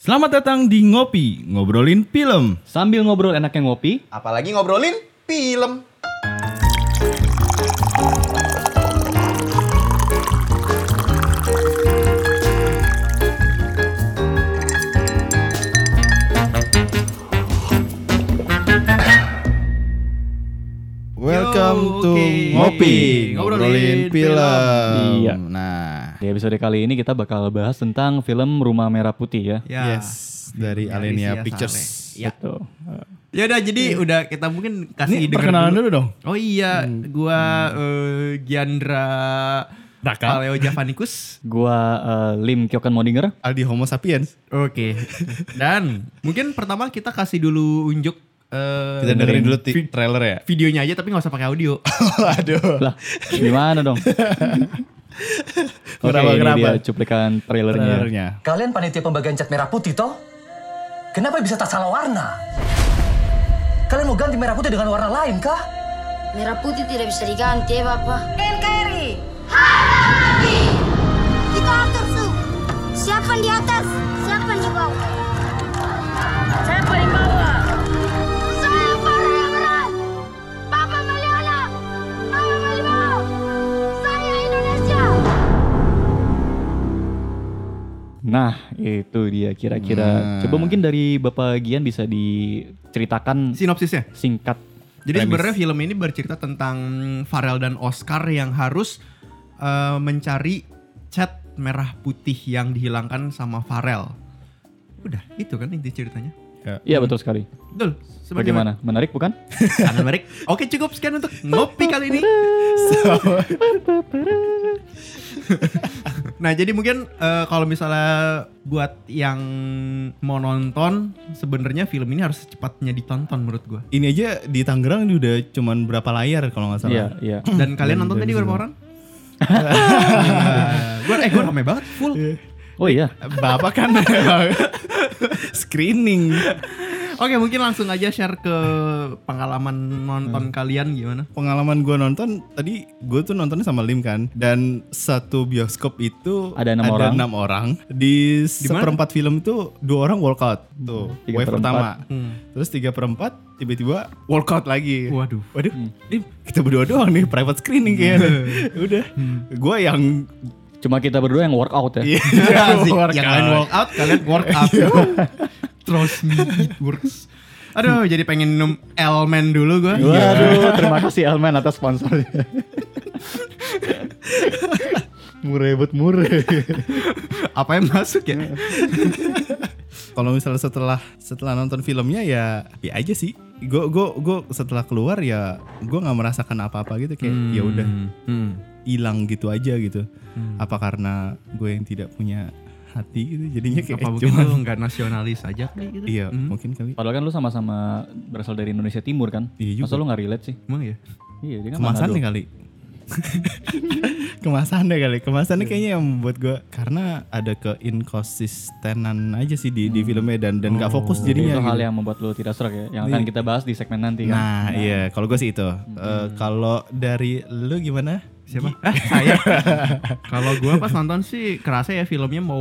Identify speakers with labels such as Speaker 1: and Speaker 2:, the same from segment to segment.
Speaker 1: Selamat datang di Ngopi, ngobrolin film.
Speaker 2: Sambil ngobrol enaknya ngopi,
Speaker 3: Apalagi ngobrolin film.
Speaker 1: Welcome to Ngopi, ngobrolin film.
Speaker 2: Iya.
Speaker 1: Nah,
Speaker 2: di episode kali ini kita bakal bahas tentang film Rumah Merah Putih ya.
Speaker 4: Ya.
Speaker 1: yes, dari
Speaker 4: Dari
Speaker 1: Alenia
Speaker 4: Sia
Speaker 1: Pictures. Iya.
Speaker 4: Sale. Ya.
Speaker 2: Betul. Eh,
Speaker 4: Ya udah jadi udah kita mungkin kasih
Speaker 1: Ini
Speaker 4: denger
Speaker 1: perkenalan dulu Hmm. dong.
Speaker 4: Oh iya, gua eh, Giandra
Speaker 1: Raka.
Speaker 4: Paleo Javanicus.
Speaker 2: Gua eh, Lim Kyokan Modinger.
Speaker 1: Aldi Homo sapiens.
Speaker 4: Oke. Dan mungkin pertama kita kasih dulu unjuk eh,
Speaker 1: Kita dengerin dulu ti- trailer ya.
Speaker 4: videonya aja tapi nggak usah pakai audio.
Speaker 1: Aduh.
Speaker 2: Lah, gimana dong? Oke,
Speaker 1: Kenapa,
Speaker 2: ini
Speaker 1: kenapa?
Speaker 2: dia cuplikan trailernya.
Speaker 1: Trailernya.
Speaker 5: Kalian panitia pembagian cat merah putih toh? Kenapa bisa tak salah warna? Kalian mau ganti merah putih dengan warna lain kah?
Speaker 6: Merah putih tidak bisa diganti ya Bapak.
Speaker 7: NKRI Kita atur su
Speaker 6: Siapa di atas? Siapa di bawah?
Speaker 7: Siapa yang bawa?
Speaker 6: Saya berat. Papa Maliona. Papa Maliono. Saya Indonesia.
Speaker 2: Nah, itu dia kira-kira. Coba mungkin dari Bapak Gian bisa diceritakan
Speaker 4: Sinopsisnya.
Speaker 2: singkat.
Speaker 4: Jadi sebenarnya film ini bercerita tentang Farel dan Oscar yang harus eh, mencari cat merah putih yang dihilangkan sama Farel. Udah, itu kan inti ceritanya.
Speaker 2: Iya betul sekali.
Speaker 4: Betul. sebagai
Speaker 2: Bagaimana? Menarik bukan?
Speaker 4: Sangat menarik. Oke cukup sekian untuk ngopi kali ini.
Speaker 1: Iya.
Speaker 4: nah jadi mungkin eh, kalau misalnya buat yang mau nonton sebenarnya film ini harus secepatnya ditonton menurut gua.
Speaker 1: Ini aja di Tangerang ini udah cuman berapa layar kalau nggak salah.
Speaker 2: Iya, iya.
Speaker 4: Dan kalian nonton tadi berapa orang? Eh, gua eh gua rame banget full.
Speaker 2: Oh iya.
Speaker 1: Bapak kan screening.
Speaker 4: Oke mungkin langsung aja share ke pengalaman
Speaker 1: Hmm.
Speaker 4: nonton kalian gimana?
Speaker 1: Pengalaman gue nonton tadi gue tuh nontonnya sama Lim kan dan satu bioskop itu
Speaker 2: Ada enam orang.
Speaker 1: enam orang. Di
Speaker 4: mana?
Speaker 1: seperempat film itu dua orang walkout tuh
Speaker 2: Tiga
Speaker 1: wave
Speaker 2: per
Speaker 1: pertama.
Speaker 4: Hmm.
Speaker 1: Terus tiga perempat tiba-tiba walkout lagi.
Speaker 4: Waduh.
Speaker 1: Waduh, Lim, kita berdua doang nih private screening kayaknya.
Speaker 4: Hmm.
Speaker 1: Udah, gue yang
Speaker 2: Cuma kita berdua yang workout ya.
Speaker 1: Iya.
Speaker 4: Asik.
Speaker 1: workout. Iya.
Speaker 4: Yang kalian walk out, kalian work out. Trust me, it works. Aduh, jadi pengen minum Elmen dulu gua.
Speaker 1: Iya.
Speaker 2: Waduh, terima kasih Elman atas sponsornya. Murebet mure.
Speaker 4: Apa yang masuk ya?
Speaker 1: kalau misalnya setelah setelah nonton filmnya ya ya aja sih gue gue gue setelah keluar ya gue nggak merasakan apa-apa gitu kayak
Speaker 2: Hmm.
Speaker 1: ya udah hilang gitu aja gitu
Speaker 2: Hmm.
Speaker 1: apa karena gue yang tidak punya hati gitu jadinya kayak
Speaker 4: Apa mungkin
Speaker 1: cuma
Speaker 4: lu nggak nasionalis aja kali gitu?
Speaker 1: iya mungkin kali
Speaker 2: Padahal kan lu sama-sama berasal dari Indonesia Timur kan?
Speaker 1: Iya juga.
Speaker 2: Masa lu gak relate sih?
Speaker 4: Emang ya?
Speaker 2: Iya, dia kan
Speaker 1: kemasannya
Speaker 2: Manado.
Speaker 1: kali kemasannya kali kemasannya
Speaker 2: Iya.
Speaker 1: kayaknya yang membuat gue karena ada keinkonsistenan aja sih di di filmnya dan dan nggak fokus
Speaker 2: Jadi
Speaker 1: jadinya
Speaker 2: Hmm. Oh, itu
Speaker 1: gitu.
Speaker 2: hal yang membuat lu tidak serak ya, yang akan kita bahas di segmen nanti kan.
Speaker 1: Nah, iya, kalau gue sih itu. Eh, kalau dari lu gimana?
Speaker 4: Siapa? Ah, saya.
Speaker 1: Iya.
Speaker 4: Kalau gua pas nonton sih kerasa ya filmnya mau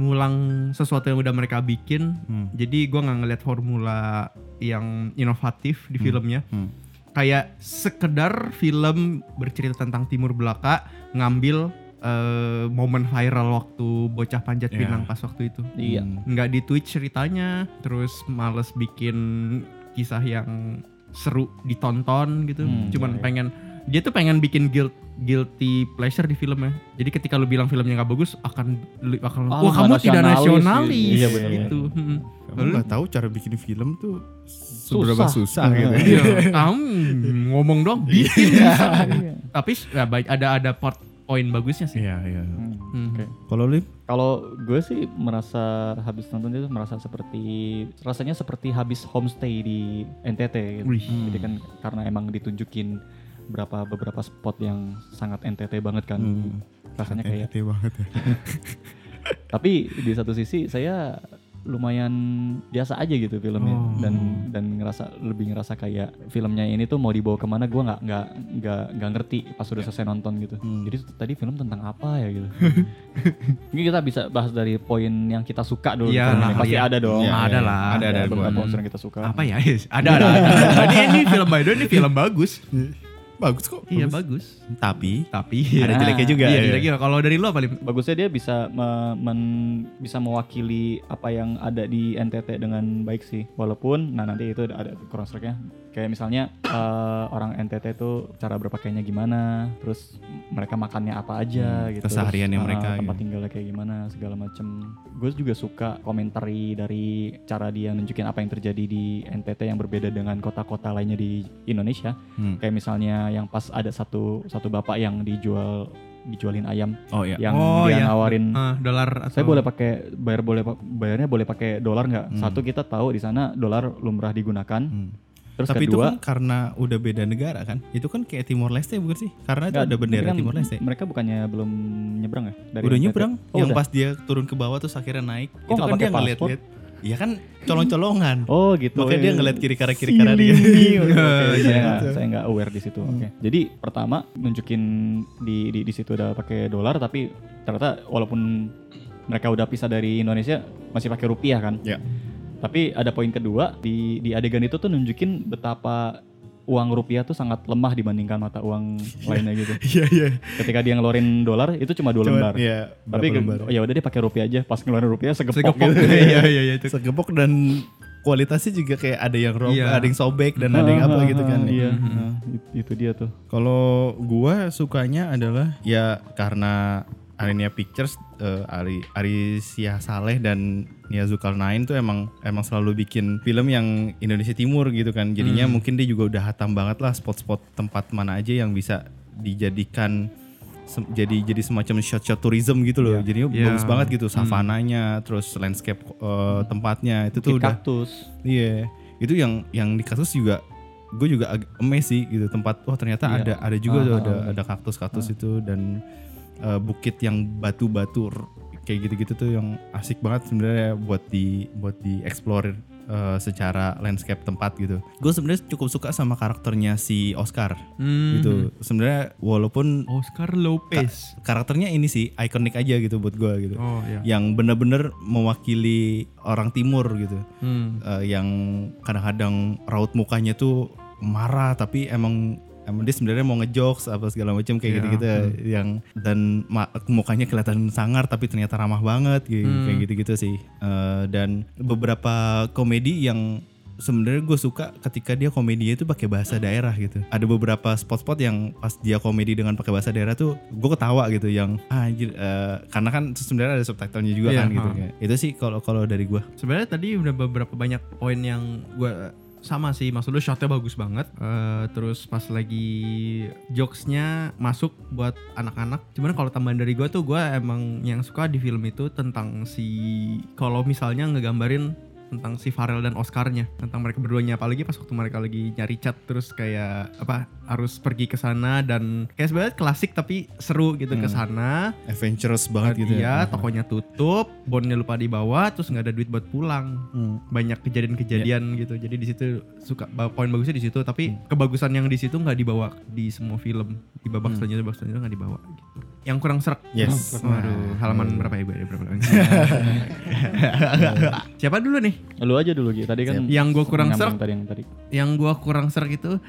Speaker 4: ngulang sesuatu yang udah mereka bikin.
Speaker 1: Hmm.
Speaker 4: Jadi gua nggak ngeliat formula yang inovatif di filmnya.
Speaker 1: Hmm.
Speaker 4: Kayak sekedar film bercerita tentang Timur Belaka ngambil eh, momen viral waktu bocah panjat
Speaker 1: Iya.
Speaker 4: pinang pas waktu itu.
Speaker 2: Iya.
Speaker 4: Nggak di Twitch ceritanya, terus males bikin kisah yang seru ditonton gitu.
Speaker 2: Hmm,
Speaker 4: Cuman
Speaker 2: iya, iya.
Speaker 4: pengen dia tuh pengen bikin guilt, guilty pleasure di filmnya. Jadi ketika lu bilang filmnya nggak bagus akan lu- akan lu,
Speaker 2: Ah,
Speaker 4: wah
Speaker 2: nggak
Speaker 4: kamu tidak
Speaker 2: nasionalis."
Speaker 4: nasionalis
Speaker 2: Iya, benar,
Speaker 4: gitu. Hmm.
Speaker 1: Kamu
Speaker 4: Lu-
Speaker 1: nggak tahu cara bikin film tuh
Speaker 2: seberapa
Speaker 1: susah gitu.
Speaker 4: Iya, kamu ngomong dong
Speaker 2: Iya.
Speaker 4: bikin. Tapi ya, baik ada ada part poin bagusnya sih.
Speaker 1: Iya, iya.
Speaker 4: Hmm.
Speaker 2: Oke.
Speaker 1: Kalau lu
Speaker 2: Kalau gue sih merasa habis nonton itu merasa seperti rasanya seperti habis homestay di NTT. Gitu.
Speaker 4: Wih.
Speaker 2: Jadi kan karena emang ditunjukin berapa beberapa spot yang sangat NTT banget kan. Rasanya kayak
Speaker 4: ya.
Speaker 1: banget ya.
Speaker 2: Tapi di satu sisi saya lumayan biasa aja gitu filmnya
Speaker 4: Oh.
Speaker 2: dan dan ngerasa lebih ngerasa kayak filmnya ini tuh mau dibawa kemana gue nggak nggak nggak nggak ngerti pas
Speaker 4: Ya.
Speaker 2: udah selesai nonton gitu
Speaker 4: Hmm.
Speaker 2: jadi t- tadi film tentang apa ya gitu mungkin kita bisa bahas dari poin yang kita suka dulu
Speaker 4: Iya
Speaker 2: filmnya.
Speaker 4: lah,
Speaker 2: pasti
Speaker 4: iya.
Speaker 2: ada dong
Speaker 4: Iya, ada lah.
Speaker 1: Ada ada
Speaker 2: ada beberapa
Speaker 1: gua.
Speaker 2: unsur yang kita suka
Speaker 4: Apa ya? Ada ada. ada. ini, ini film by the way, ini film bagus.
Speaker 1: Bagus kok.
Speaker 4: Iya bagus.
Speaker 1: Tapi
Speaker 4: Tapi
Speaker 1: ada
Speaker 2: Nah,
Speaker 1: jeleknya juga.
Speaker 4: Iya,
Speaker 1: ya.
Speaker 4: jeleknya. Kalau dari lo apa Lim?
Speaker 2: bagusnya dia bisa me- men- bisa mewakili apa yang ada di NTT dengan baik sih walaupun nah nanti itu ada kurang nya kayak misalnya eh, orang NTT tuh cara berpakaiannya gimana terus mereka makannya apa aja
Speaker 1: Hmm,
Speaker 2: gitu
Speaker 1: kesehariannya
Speaker 2: Terus, ah,
Speaker 1: mereka
Speaker 2: tempat
Speaker 1: gitu.
Speaker 2: tinggalnya kayak gimana segala macem gue juga suka komentari dari cara dia nunjukin apa yang terjadi di NTT yang berbeda dengan kota-kota lainnya di Indonesia
Speaker 1: Hmm.
Speaker 2: kayak misalnya yang pas ada satu satu bapak yang dijual dijualin ayam
Speaker 1: Oh iya. Ah,
Speaker 2: yang
Speaker 4: Oh,
Speaker 2: dia
Speaker 4: iya.
Speaker 2: nawarin
Speaker 4: Eh, dolar atau
Speaker 2: saya boleh pakai bayar boleh pak- bayarnya boleh pakai dolar nggak satu kita tahu di sana dolar lumrah digunakan
Speaker 1: Hmm.
Speaker 2: terus
Speaker 1: Tapi itu
Speaker 2: kedua
Speaker 1: kan karena udah beda negara kan. Itu kan kayak Timor Leste bukan sih? Karena itu
Speaker 2: nggak,
Speaker 1: ada bendera
Speaker 2: tapi kan
Speaker 1: Timor Leste.
Speaker 2: mereka bukannya belum nyebrang ya dari
Speaker 1: Udah
Speaker 2: NTT?
Speaker 1: nyebrang.
Speaker 2: oh,
Speaker 1: yang
Speaker 2: udah.
Speaker 1: pas dia turun ke bawah terus akhirnya naik.
Speaker 2: Kok
Speaker 1: itu
Speaker 2: nggak
Speaker 1: kan
Speaker 2: pakai
Speaker 1: dia ngeliat-liat. Iya kan colong-colongan.
Speaker 2: oh gitu
Speaker 1: Makanya
Speaker 2: Iya,
Speaker 1: dia
Speaker 2: iya.
Speaker 1: ngeliat kiri kanan kiri kanan gitu. Iya. Hmm. dia.
Speaker 2: Silimi. Oke, oke, saya nggak- saya nggak aware di situ. Oke. Jadi pertama nunjukin di di, di situ udah pakai dolar tapi ternyata walaupun mereka udah pisah dari Indonesia masih pakai rupiah kan.
Speaker 1: Ya.
Speaker 2: Tapi ada poin kedua di di adegan itu tuh nunjukin betapa uang rupiah tuh sangat lemah dibandingkan mata uang lainnya gitu.
Speaker 1: Iya iya.
Speaker 2: Ketika dia ngeluarin dolar itu cuma dua
Speaker 1: Cuman,
Speaker 2: lembar.
Speaker 1: Iya.
Speaker 2: Tapi
Speaker 1: berapa lembar.
Speaker 2: ya udah dia pakai rupiah aja. Pas ngeluarin rupiah segepok,
Speaker 4: Segepok.
Speaker 2: gitu.
Speaker 4: Iya iya iya itu.
Speaker 1: segepok dan kualitasnya juga kayak ada yang robek,
Speaker 4: Iya.
Speaker 1: ada yang sobek dan ada yang apa gitu kan.
Speaker 2: Iya. Nah, it- itu dia tuh.
Speaker 1: Kalau gua sukanya adalah ya karena Arenia Pictures, eh, Ari Ari Syah Saleh dan Nia Zulkarnain tuh emang emang selalu bikin film yang Indonesia Timur gitu kan.
Speaker 4: Hmm.
Speaker 1: Jadinya mungkin dia juga udah hatam banget lah spot-spot tempat mana aja yang bisa dijadikan sem- jadi jadi semacam shot-shot tourism gitu loh. Jadinya
Speaker 4: Iya.
Speaker 1: bagus banget gitu savananya, terus landscape eh, tempatnya itu tuh udah
Speaker 2: kaktus.
Speaker 1: Iya, itu yang yang di kasus juga gue juga agak amazed sih gitu tempat. Wah ternyata
Speaker 2: Iya.
Speaker 1: ada ada juga
Speaker 2: Ah,
Speaker 1: tuh,
Speaker 2: ah,
Speaker 1: ada
Speaker 2: ah.
Speaker 1: ada kaktus-kaktus itu dan eh, bukit yang batu-batu r- kayak gitu-gitu tuh yang asik banget sebenarnya buat di buat di explore eh, secara landscape tempat gitu. Gue sebenarnya cukup suka sama karakternya si Oscar
Speaker 4: Hmm.
Speaker 1: gitu. Sebenarnya walaupun
Speaker 4: Oscar Lopez.
Speaker 1: karakternya ini sih ikonik aja gitu buat gue gitu.
Speaker 4: Oh iya.
Speaker 1: Yang bener-bener mewakili orang timur gitu
Speaker 4: Hmm.
Speaker 1: eh, yang kadang-kadang raut mukanya tuh marah tapi emang emang dia sebenarnya mau ngejokes apa segala macam kayak
Speaker 4: Iya,
Speaker 1: gitu-gitu yang dan ma- mukanya kelihatan sangar tapi ternyata ramah banget gitu
Speaker 4: Hmm.
Speaker 1: kayak gitu-gitu sih Eh, dan beberapa komedi yang sebenarnya gue suka ketika dia komedinya itu pakai bahasa daerah gitu ada beberapa spot-spot yang pas dia komedi dengan pakai bahasa daerah tuh gue ketawa gitu yang "Ah, anjir eh," karena kan sebenarnya ada subtitlenya juga
Speaker 4: Iya,
Speaker 1: kan gitu
Speaker 4: ha.
Speaker 1: kayak. itu sih kalau kalau dari gue
Speaker 4: Sebenarnya tadi udah beberapa banyak poin yang gua sama sih maksud lu shotnya bagus banget Eh, terus pas lagi jokesnya masuk buat anak-anak cuman kalau tambahan dari gua tuh gua emang yang suka di film itu tentang si kalau misalnya ngegambarin tentang si Farel dan Oscarnya tentang mereka berduanya apalagi pas waktu mereka lagi nyari chat terus kayak apa harus pergi ke sana dan kayak sebenarnya klasik tapi seru gitu ke sana
Speaker 1: adventurous Hmm. banget gitu
Speaker 4: Iya, tokonya tutup, bonnya lupa dibawa, terus nggak ada duit buat pulang. Banyak kejadian-kejadian gitu. Jadi di situ suka ba- poin bagusnya di situ, tapi kebagusan yang di situ nggak dibawa di semua film. Di babak selanjutnya babak selanjutnya nggak dibawa gitu. Yang kurang serak.
Speaker 1: Yes.
Speaker 4: Waduh, halaman berapa ya gue ada berapa? Iya. Siapa dulu nih?
Speaker 2: Lu aja dulu Gi. Tadi kan
Speaker 4: Yang gua kurang
Speaker 2: nyambung
Speaker 4: serk.
Speaker 2: tadi yang tadi.
Speaker 4: Yang gua kurang serak itu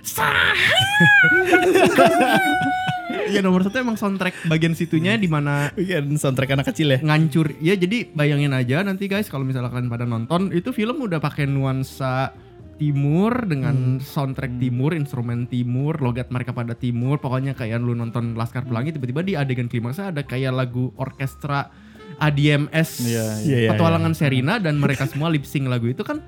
Speaker 4: Ya nomor satu emang soundtrack bagian situnya di mana
Speaker 1: Iya, soundtrack anak kecil ya.
Speaker 4: ngancur ya jadi bayangin aja nanti guys kalau misalnya kalian pada nonton itu film udah pakai nuansa timur
Speaker 1: Hmm.
Speaker 4: dengan soundtrack timur instrumen timur logat mereka pada timur pokoknya kayak lu nonton Laskar Pelangi tiba-tiba di adegan klimaksnya ada kayak lagu orkestra ADMS
Speaker 2: Iya,
Speaker 1: iya. Iya, Iya.
Speaker 4: petualangan Serina dan mereka semua lip sync lagu itu kan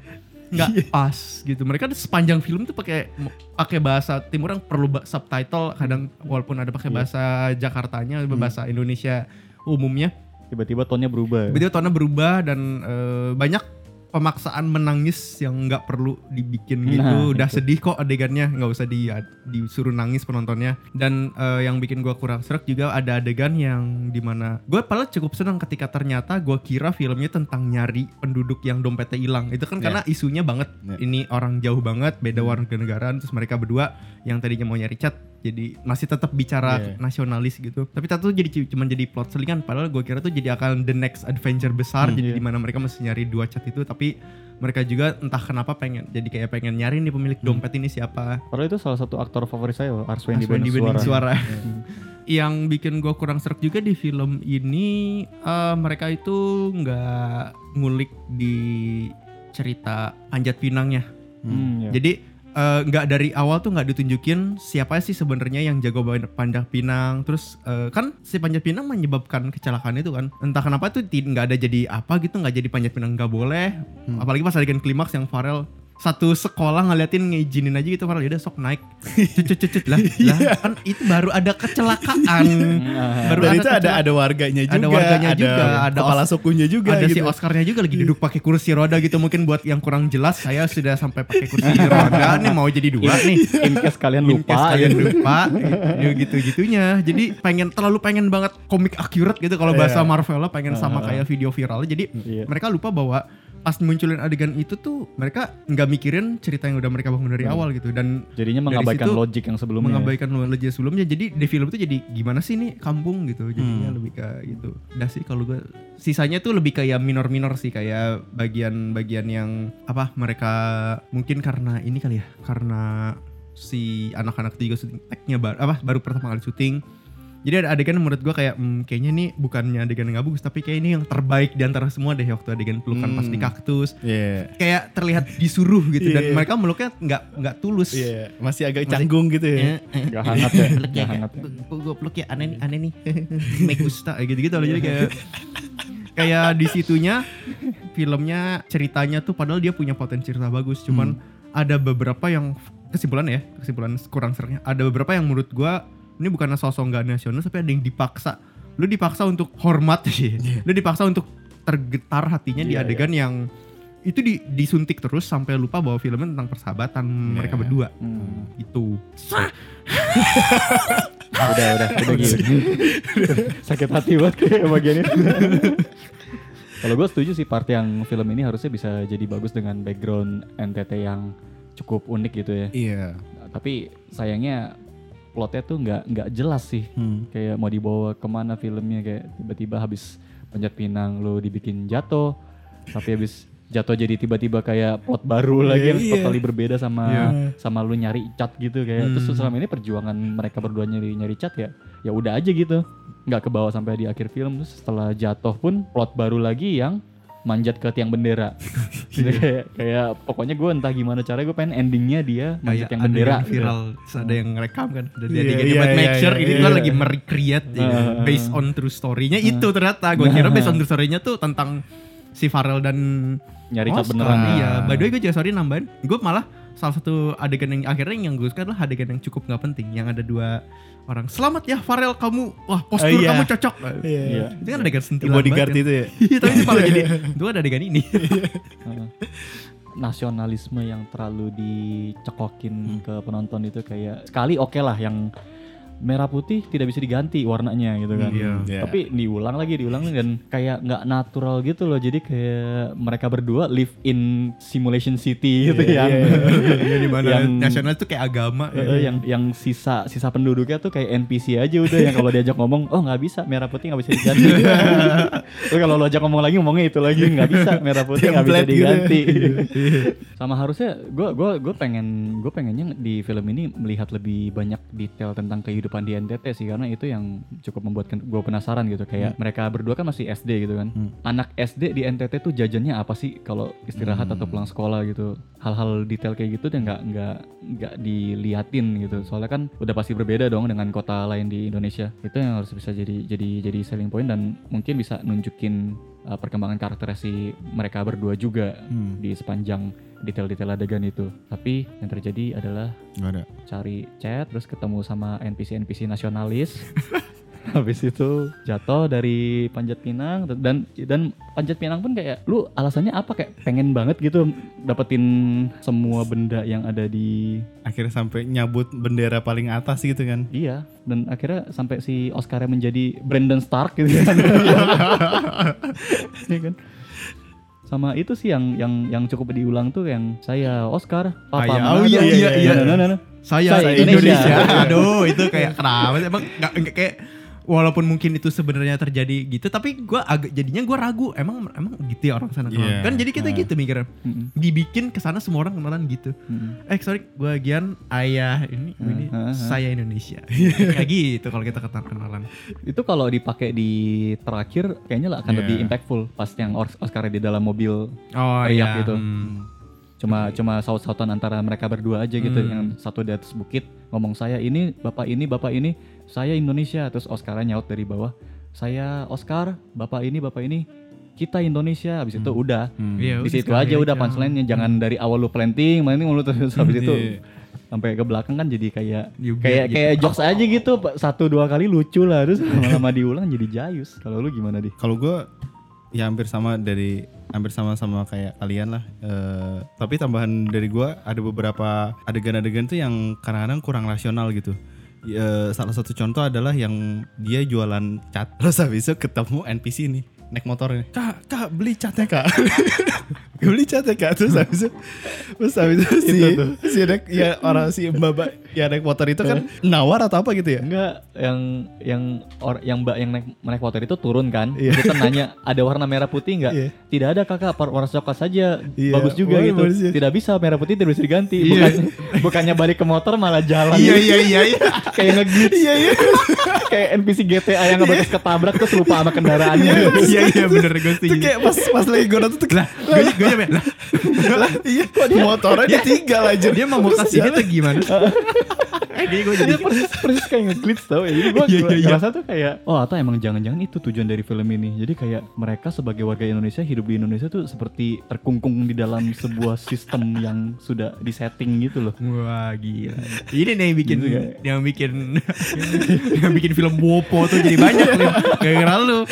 Speaker 4: nggak pas gitu mereka sepanjang film tuh pakai pakai bahasa timur yang perlu ba- subtitle kadang walaupun ada
Speaker 1: Iya.
Speaker 4: pakai bahasa Jakartanya
Speaker 1: Hmm.
Speaker 4: bahasa Indonesia umumnya
Speaker 2: Tiba-tiba tonnya berubah. ya.
Speaker 4: Tiba-tiba tonnya berubah dan eh, banyak pemaksaan menangis yang nggak perlu dibikin
Speaker 2: Nah,
Speaker 4: gitu udah
Speaker 2: itu.
Speaker 4: sedih kok adegannya nggak usah di disuruh nangis penontonnya dan eh, yang bikin gua kurang serak juga ada adegan yang dimana gue padahal cukup senang ketika ternyata gua kira filmnya tentang nyari penduduk yang dompetnya hilang itu kan karena isunya banget
Speaker 1: Ya.
Speaker 4: ini orang jauh banget beda warga negaraan terus mereka berdua yang tadinya mau nyari cat jadi masih tetap bicara
Speaker 1: Iya.
Speaker 4: nasionalis gitu tapi tatu jadi c- cuman jadi plot selingan padahal gue kira tuh jadi akan the next adventure besar
Speaker 2: Hmm, iya.
Speaker 4: jadi dimana mereka mesti nyari dua cat itu tapi mereka juga entah kenapa pengen jadi kayak pengen nyari nih
Speaker 2: Hmm.
Speaker 4: pemilik dompet ini siapa
Speaker 2: Padahal itu salah satu aktor favorit saya loh, Arswendi
Speaker 4: Arswendi
Speaker 2: Bening
Speaker 4: Bening
Speaker 2: Suara. Hmm.
Speaker 4: suara. yang bikin gue kurang serak juga di film ini eh, mereka itu nggak ngulik di cerita Anjat Pinangnya
Speaker 2: Hmm, ya.
Speaker 4: jadi eh, nggak dari awal tuh nggak ditunjukin siapa sih sebenarnya yang jago banget panjat pinang. Terus eh, kan si panjat pinang menyebabkan kecelakaan itu kan. Entah kenapa tuh ti- nggak ada jadi apa gitu nggak jadi panjat pinang nggak boleh.
Speaker 1: Hmm.
Speaker 4: Apalagi pas adegan klimaks yang Farel satu sekolah ngeliatin ngizinin aja gitu Farel udah sok naik cut cut, cut cut lah,
Speaker 1: Iya.
Speaker 4: lah kan itu baru ada kecelakaan baru
Speaker 1: Nah, Dan itu ada
Speaker 4: kecelakaan.
Speaker 1: ada warganya juga,
Speaker 4: Ada warganya juga, ada
Speaker 1: kepala
Speaker 4: os-
Speaker 1: sukunya juga
Speaker 4: ada
Speaker 1: gitu.
Speaker 4: si Oscarnya juga lagi duduk pakai kursi roda gitu mungkin buat yang kurang jelas saya sudah sampai pakai kursi roda nih mau jadi
Speaker 1: Iya.
Speaker 4: dua nih
Speaker 2: In case kalian
Speaker 4: lupa
Speaker 2: lupa.
Speaker 4: kalian
Speaker 2: gitu.
Speaker 4: lupa gitu gitunya jadi pengen terlalu pengen banget komik akurat gitu kalau bahasa Marvel lah pengen sama kayak video viral jadi
Speaker 2: Iya.
Speaker 4: mereka lupa bahwa pas munculin adegan itu tuh mereka nggak mikirin cerita yang udah mereka bangun
Speaker 2: Hmm.
Speaker 4: dari awal gitu dan
Speaker 2: Jadinya
Speaker 4: dari
Speaker 2: mengabaikan
Speaker 4: situ
Speaker 2: logik yang
Speaker 1: Iya.
Speaker 2: sebelumnya. ya.
Speaker 4: mengabaikan logik sebelumnya
Speaker 1: Hmm.
Speaker 4: jadi di film itu jadi gimana sih nih kampung gitu jadinya lebih ke gitu udah sih kalau gue sisanya tuh lebih kayak minor-minor sih kayak bagian-bagian yang apa mereka mungkin karena ini kali ya karena si anak-anak itu juga syuting tag-nya baru apa baru pertama kali syuting jadi ada adegan yang menurut gue kayak hmm, kayaknya ini bukannya adegan yang nggak bagus tapi kayak ini yang terbaik di antara semua deh waktu adegan pelukan pas di
Speaker 1: Hmm.
Speaker 4: kaktus
Speaker 1: Iya.
Speaker 4: kayak terlihat disuruh gitu dan
Speaker 1: Iya.
Speaker 4: mereka meluknya nggak nggak tulus Eh,
Speaker 1: Iya, masih agak
Speaker 4: Masih- Iya.
Speaker 1: canggung gitu ya.
Speaker 2: Gak hangat ya.
Speaker 4: peluk ya,
Speaker 2: Gak hangat ya.
Speaker 4: gue peluk ya aneh nih aneh nih me gusta gitu gitu loh jadi kayak kayak di situnya filmnya ceritanya tuh padahal dia punya potensi cerita bagus cuman ada beberapa yang kesimpulan ya kesimpulan kurang seringnya ada beberapa yang menurut gua ini bukan sosok nggak nasional tapi ada yang dipaksa lu dipaksa untuk hormat lu dipaksa untuk tergetar hatinya
Speaker 2: Iya,
Speaker 4: di adegan yang itu di- disuntik terus sampai lupa bahwa filmnya tentang persahabatan mereka berdua Gitu.
Speaker 2: Hmm.
Speaker 4: itu
Speaker 2: Udah, udah, udah gitu. Sakit hati banget kayak bagian itu. Kalau gue setuju sih part yang film ini harusnya bisa jadi bagus dengan background NTT yang cukup unik gitu ya.
Speaker 1: Iya.
Speaker 2: Nah, tapi sayangnya plotnya tuh nggak nggak jelas sih
Speaker 1: Hmm.
Speaker 2: kayak mau dibawa kemana filmnya kayak tiba-tiba habis panjat pinang lo dibikin jatuh tapi habis jatuh jadi tiba-tiba kayak plot baru lagi yang
Speaker 1: Iya.
Speaker 2: totally berbeda sama sama lu nyari cat gitu kayak terus
Speaker 1: Hmm.
Speaker 2: selama ini perjuangan mereka berdua nyari nyari cat ya ya udah aja gitu nggak kebawa sampai di akhir film terus setelah jatuh pun plot baru lagi yang manjat ke tiang bendera
Speaker 4: Iya.
Speaker 2: Jadi kayak kayak pokoknya gue entah gimana caranya gue pengen endingnya dia manjat
Speaker 4: kayak
Speaker 2: tiang
Speaker 4: ada
Speaker 2: bendera
Speaker 4: yang
Speaker 2: gitu.
Speaker 4: viral terus ada yang rekam kan ada
Speaker 1: Iya,
Speaker 4: adegan
Speaker 1: iya,
Speaker 4: buat make
Speaker 1: iya,
Speaker 4: sure
Speaker 1: iya,
Speaker 4: ini
Speaker 1: iya.
Speaker 4: tuh lagi merecreate ya, based on true story-nya itu ternyata gue kira based on true story-nya tuh tentang si Farel dan
Speaker 2: nyari cat
Speaker 4: Oscar.
Speaker 2: beneran
Speaker 4: iya by the way gue juga sorry nambahin gue malah salah satu adegan yang akhirnya yang gue suka adalah adegan yang cukup nggak penting yang ada dua orang selamat ya Farel kamu wah postur
Speaker 1: iya.
Speaker 4: kamu cocok
Speaker 1: Iya.
Speaker 4: itu kan adegan sentilan
Speaker 1: Bodyguard
Speaker 4: banget
Speaker 1: itu ya.
Speaker 4: kan. Iya, tapi itu malah jadi itu ada adegan ini
Speaker 2: Heeh. nasionalisme yang terlalu
Speaker 4: Hmm.
Speaker 2: dicekokin ke penonton itu kayak sekali oke lah yang merah putih tidak bisa diganti warnanya gitu kan.
Speaker 4: Iya.
Speaker 1: Iya.
Speaker 2: Tapi diulang lagi, diulang lagi, dan kayak nggak natural gitu loh. Jadi kayak mereka berdua live in simulation city gitu
Speaker 1: Iya,
Speaker 2: yang
Speaker 1: iya,
Speaker 4: di mana
Speaker 2: Yang-
Speaker 4: nasional itu kayak agama
Speaker 2: Eh, eh, yang yang sisa sisa penduduknya tuh kayak NPC aja udah yang kalau diajak ngomong oh nggak bisa merah putih nggak bisa diganti Terus kalau lo ajak ngomong lagi ngomongnya itu lagi nggak bisa merah putih nggak bisa
Speaker 1: Template gitu.
Speaker 2: diganti sama harusnya gue gua gue pengen gue pengennya di film ini melihat lebih banyak detail tentang kehidupan di NTT sih karena itu yang cukup membuat gue penasaran gitu kayak mereka berdua kan masih SD gitu kan anak SD di NTT tuh jajannya apa sih kalau istirahat atau pulang sekolah gitu hal-hal detail kayak gitu dan nggak nggak nggak diliatin gitu soalnya kan udah pasti berbeda dong dengan kota lain di Indonesia itu yang harus bisa jadi jadi jadi selling point dan mungkin bisa nunjukin uh, perkembangan karakter si mereka berdua juga di sepanjang detail-detail adegan itu. Tapi yang terjadi adalah
Speaker 1: Nggak ada.
Speaker 2: cari chat terus ketemu sama NPC-NPC nasionalis. habis itu jatuh dari panjat pinang dan dan panjat pinang pun kayak lu alasannya apa kayak pengen banget gitu dapetin semua benda yang ada di
Speaker 1: Akhirnya sampai nyabut bendera paling atas gitu kan.
Speaker 2: dia Iya, dan akhirnya sampai si Oscar menjadi Brandon Stark gitu kan. Iya kan? Sama itu sih yang yang yang cukup diulang tuh yang saya Oscar Papa
Speaker 4: Ayah,
Speaker 2: Manado.
Speaker 4: oh iya, iya, iya.
Speaker 2: Nah, nah, nah, nah.
Speaker 4: Saya,
Speaker 2: Saya Indonesia.
Speaker 4: Indonesia. Aduh, itu kayak kenapa sih? Emang nggak nggak kayak walaupun mungkin itu sebenarnya terjadi gitu, tapi gua agak jadinya gua ragu. Emang emang gitu ya orang sana
Speaker 1: Iya.
Speaker 4: kenalan? Kan jadi
Speaker 2: Nah.
Speaker 4: kita gitu mikirnya.
Speaker 2: Mm-mm,
Speaker 4: Dibikin kesana semua orang kenalan gitu.
Speaker 2: mm-mm.
Speaker 4: Eh sorry, gua Gian, ayah ini, gua ini
Speaker 2: Ah, ah, ah.
Speaker 4: saya Indonesia.
Speaker 2: Iya.
Speaker 4: kayak gitu kalau kita ketan- kenalan.
Speaker 2: Itu kalau dipakai di terakhir kayaknya lah akan
Speaker 1: Iya.
Speaker 2: lebih impactful pas yang Os- Oscar di dalam mobil
Speaker 4: Oh
Speaker 2: Teriak
Speaker 4: iya.
Speaker 2: gitu.
Speaker 4: Hmm.
Speaker 2: cuma cuma saut-sautan antara mereka berdua aja gitu
Speaker 4: Hmm.
Speaker 2: yang satu di atas bukit ngomong saya ini bapak ini bapak ini saya Indonesia terus Oscar nyaut dari bawah saya Oscar bapak ini bapak ini kita Indonesia habis itu udah
Speaker 1: Hmm.
Speaker 4: Iya,
Speaker 2: Hmm. di
Speaker 4: udah
Speaker 2: situ
Speaker 4: sekali
Speaker 2: aja udah punchline-nya jangan
Speaker 4: Hmm.
Speaker 2: dari awal lu planting main mulu terus habis
Speaker 1: Iya.
Speaker 2: itu sampai ke belakang kan jadi kayak
Speaker 4: You get
Speaker 2: kayak
Speaker 4: Hmm, gitu.
Speaker 2: kayak jokes aja gitu Pak. satu dua kali lucu lah terus lama-lama diulang jadi jayus kalau lu gimana di
Speaker 1: Kalau gue ya hampir sama dari hampir sama-sama kayak kalian lah. Eh, tapi tambahan dari gue ada beberapa adegan-adegan tuh yang kadang-kadang kurang rasional gitu. Eh, salah satu contoh adalah yang dia jualan cat terus habis itu ketemu NPC nih naik motornya kak kak beli catnya kak beli catnya kak terus habis itu terus habis itu si si naik- ya orang si mbak ya naik motor itu kan nawar atau apa gitu ya
Speaker 2: Enggak, yang yang or, yang mbak yang naik, naik motor itu turun kan? Kita nanya ada warna merah putih nggak?
Speaker 1: Iya.
Speaker 2: Tidak ada kakak, par- warna coklat saja.
Speaker 1: Iya,
Speaker 2: Bagus juga
Speaker 1: warna
Speaker 2: gitu.
Speaker 1: bagus ya.
Speaker 2: Tidak bisa merah putih tidak bisa diganti. Bukannya, bukannya balik ke motor malah jalan.
Speaker 4: Iya iya iya iya.
Speaker 2: kayak ngegit. Iya iya. kayak NPC GTA yang ngebekas ketabrak terus lupa sama kendaraannya.
Speaker 4: Iya iya bener gue
Speaker 1: itu
Speaker 4: setuju.
Speaker 1: kayak pas pas lagi gue nonton tuh
Speaker 4: Lah, gue gue nyampe lah.
Speaker 1: lah iya motornya ditinggal aja
Speaker 4: ya? Dia mau mutas
Speaker 1: Terus
Speaker 4: ini
Speaker 1: jalan.
Speaker 4: tuh gimana? Eh, jadi gue jadi
Speaker 2: Iya persis, persis kayak ngeglitch tau ya. Jadi gue
Speaker 4: Iya, iya, iya.
Speaker 2: ngerasa tuh kayak, oh atau emang jangan-jangan itu tujuan dari film ini. Jadi kayak mereka sebagai warga Indonesia hidup di Indonesia tuh seperti terkungkung di dalam sebuah sistem yang sudah disetting gitu loh.
Speaker 4: Wah gila. Ini nih yang bikin
Speaker 2: Gitu
Speaker 1: kan?
Speaker 2: ya.
Speaker 4: yang bikin yang bikin film Wopo tuh jadi banyak nih. Gak kira lu.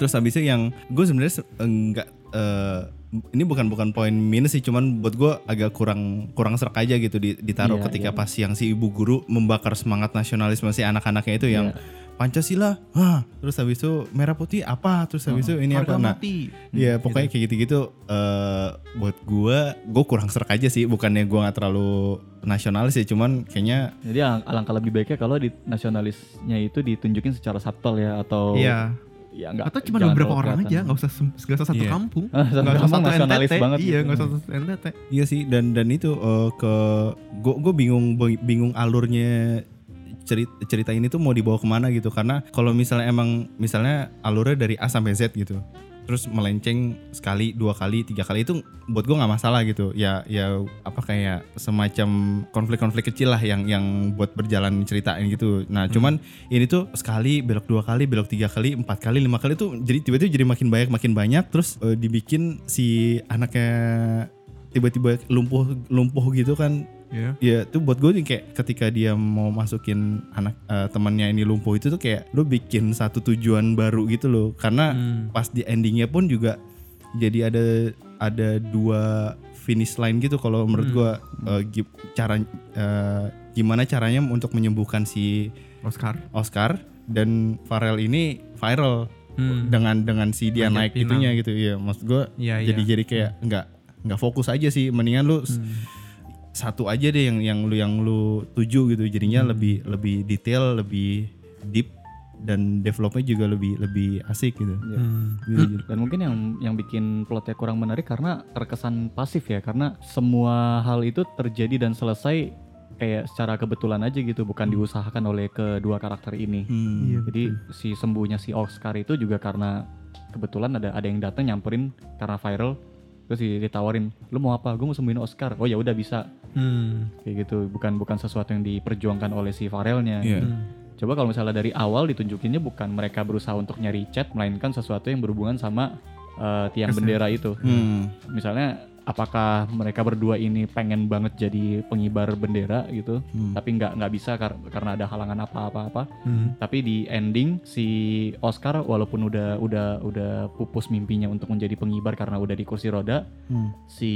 Speaker 1: terus habisnya yang gue sebenarnya se- enggak eh, ini bukan bukan poin minus sih cuman buat gue agak kurang kurang serak aja gitu di- ditaruh
Speaker 2: Iya,
Speaker 1: ketika
Speaker 2: iya.
Speaker 1: pas yang si ibu guru membakar semangat nasionalisme si anak-anaknya itu
Speaker 2: Iya.
Speaker 1: yang Pancasila, hah, terus habis itu merah putih apa, terus habis itu ini apa,
Speaker 4: Harga
Speaker 1: nah,
Speaker 4: mati. Gitu.
Speaker 1: Iya
Speaker 2: Hmm,
Speaker 1: pokoknya
Speaker 2: gitu.
Speaker 1: kayak gitu-gitu eh buat gua gue kurang serak aja sih bukannya gua nggak terlalu nasionalis ya cuman kayaknya
Speaker 2: Jadi al- alangkah lebih baiknya kalau di nasionalisnya itu ditunjukin secara subtle ya
Speaker 1: gitu.
Speaker 2: atau
Speaker 4: Iya.
Speaker 2: ya enggak,
Speaker 4: Atau cuma
Speaker 2: jangan
Speaker 4: beberapa
Speaker 2: terlalu
Speaker 4: orang aja,
Speaker 2: kelihatan.
Speaker 4: nggak usah sem- nggak usah satu
Speaker 1: Iya.
Speaker 4: kampung.
Speaker 2: Ah, satu
Speaker 4: Nggak usah
Speaker 2: kampung nasionalis
Speaker 4: NTT.
Speaker 2: banget
Speaker 4: Iya,
Speaker 2: gitu.
Speaker 4: nggak usah satu NTT.
Speaker 1: iya sih dan dan itu eh, ke gue gue bingung bingung alurnya cerita cerita ini tuh mau dibawa kemana gitu karena kalau misalnya emang misalnya alurnya dari A sampai Z gitu terus melenceng sekali dua kali tiga kali itu buat gua nggak masalah gitu ya ya apa kayak semacam konflik-konflik kecil lah yang yang buat berjalan ceritain gitu nah cuman ini tuh sekali belok dua kali belok tiga kali empat kali lima kali tuh jadi tiba-tiba jadi makin banyak makin banyak terus eh, dibikin si anaknya tiba-tiba lumpuh lumpuh gitu kan
Speaker 4: Iya.
Speaker 1: ya itu buat gue kayak ketika dia mau masukin anak eh, temannya ini lumpuh itu tuh kayak lu bikin satu tujuan baru gitu loh karena pas di endingnya pun juga jadi ada ada dua finish line gitu kalau menurut
Speaker 4: Hmm.
Speaker 1: gue cara eh, gimana caranya untuk menyembuhkan si
Speaker 4: Oscar.
Speaker 1: Oscar dan Farel ini viral dengan dengan si dia
Speaker 4: Panjat
Speaker 1: naik
Speaker 4: Hmm. pinang.
Speaker 1: itunya gitu ya maksud gue
Speaker 4: Iya,
Speaker 1: jadi
Speaker 4: iya.
Speaker 1: jadi kayak nggak nggak fokus aja sih mendingan lu s-
Speaker 4: Hmm.
Speaker 1: satu aja deh yang yang lu yang lu tuju gitu jadinya
Speaker 4: Hmm.
Speaker 1: lebih lebih detail lebih deep dan developnya juga lebih lebih asik gitu
Speaker 4: Iya.
Speaker 2: Hmm.
Speaker 1: Gitu, gitu.
Speaker 2: Dan mungkin yang yang bikin plotnya kurang menarik karena terkesan pasif ya karena semua hal itu terjadi dan selesai kayak secara kebetulan aja gitu bukan diusahakan oleh kedua karakter ini.
Speaker 1: Hmm.
Speaker 4: Iya.
Speaker 2: Jadi si sembuhnya si Oscar itu juga karena kebetulan ada ada yang datang nyamperin karena viral terus di- ditawarin lu mau apa gue mau sembuhin Oscar oh ya udah bisa
Speaker 4: Hmm.
Speaker 2: kayak gitu bukan bukan sesuatu yang diperjuangkan oleh si Farelnya
Speaker 1: Iya.
Speaker 4: Hmm.
Speaker 2: Coba kalau misalnya dari awal ditunjukinnya bukan mereka berusaha untuk nyari chat, melainkan sesuatu yang berhubungan sama eh, tiang
Speaker 4: Kesan.
Speaker 2: bendera itu.
Speaker 1: Hmm.
Speaker 2: Misalnya apakah mereka berdua ini pengen banget jadi pengibar bendera gitu
Speaker 1: Hmm.
Speaker 2: tapi nggak nggak bisa kar- karena ada halangan apa-apa-apa tapi di ending si Oscar walaupun udah udah udah pupus mimpinya untuk menjadi pengibar karena udah di kursi roda
Speaker 1: Hmm.
Speaker 2: si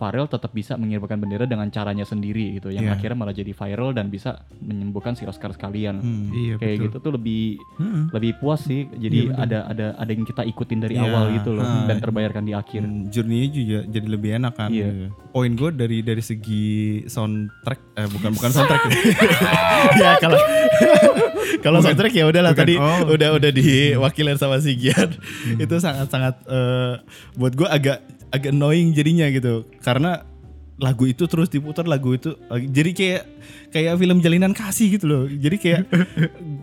Speaker 2: Farel tetap bisa mengibarkan bendera dengan caranya sendiri gitu yang
Speaker 1: Iya.
Speaker 2: akhirnya malah jadi viral dan bisa menyembuhkan si Oscar sekalian
Speaker 1: Hmm.
Speaker 4: Iya
Speaker 2: kayak gitu tuh lebih
Speaker 4: Mm-mm.
Speaker 2: lebih puas sih jadi ada ada ada yang kita ikutin dari
Speaker 1: Iya.
Speaker 2: awal gitu loh
Speaker 1: Ah.
Speaker 2: dan terbayarkan di akhir
Speaker 1: Dan Hmm, journey-nya juga jadi lebih enak kan.
Speaker 2: Iya.
Speaker 1: gitu. Poin gue dari dari segi soundtrack eh bukan bukan soundtrack. ya. ya kalau kalau soundtrack ya udahlah
Speaker 4: Bukan.
Speaker 1: tadi
Speaker 4: Oh. Hmm.
Speaker 1: udah udah diwakilin sama si Gian. Itu sangat-sangat eh, buat gue agak agak annoying jadinya gitu. Karena lagu itu terus diputar lagu itu eh, jadi kayak kayak film jalinan kasih gitu loh jadi kayak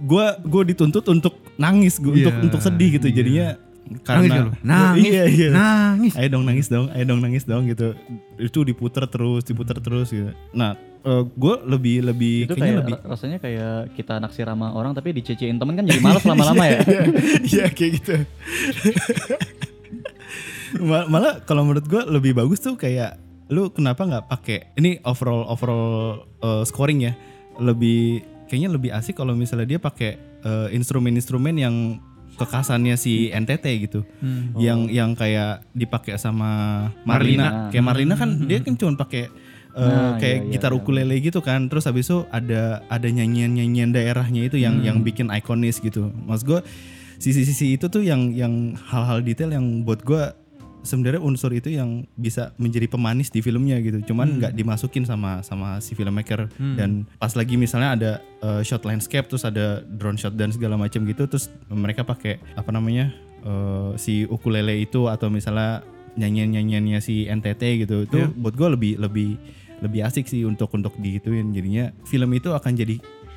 Speaker 1: gue gue dituntut untuk nangis gua, untuk
Speaker 4: Iya,
Speaker 1: untuk sedih gitu jadinya
Speaker 4: Nangis
Speaker 1: karena
Speaker 4: gak lu? Nangis,
Speaker 1: iya, iya.
Speaker 4: nangis.
Speaker 1: ayo dong nangis dong ayo dong nangis dong gitu itu diputer terus diputer terus gitu nah gue lebih lebih
Speaker 2: Hmm. itu
Speaker 1: kayaknya
Speaker 2: kayak
Speaker 1: lebih
Speaker 2: ra- rasanya kayak kita naksir sama orang tapi dicecein temen kan jadi males lama-lama ya
Speaker 1: iya kayak gitu Mal- malah kalau menurut gue lebih bagus tuh kayak lu kenapa nggak pakai ini overall overall uh, scoring ya lebih kayaknya lebih asik kalau misalnya dia pakai uh, instrumen-instrumen yang kekasannya si NTT gitu yang yang kayak dipakai sama Marlina,
Speaker 2: Marlina.
Speaker 1: kayak Marlina kan dia kan cuma pakai uh,
Speaker 2: Nah,
Speaker 1: kayak
Speaker 2: iya, iya,
Speaker 1: gitar
Speaker 2: iya.
Speaker 1: ukulele gitu kan terus habis itu ada ada nyanyian-nyanyian daerahnya itu yang
Speaker 2: Hmm.
Speaker 1: yang bikin ikonis gitu mas gue sisi-sisi itu tuh yang yang hal-hal detail yang buat gue sebenarnya unsur itu yang bisa menjadi pemanis di filmnya gitu
Speaker 2: Hmm.
Speaker 1: cuman nggak dimasukin sama sama si filmmaker dan pas lagi misalnya ada uh, shot landscape terus ada drone shot dan segala macam gitu terus mereka pakai apa namanya uh, si ukulele itu atau misalnya nyanyian-nyanyiannya si NTT gitu itu buat gue lebih lebih lebih asik sih untuk untuk digituin jadinya film itu akan jadi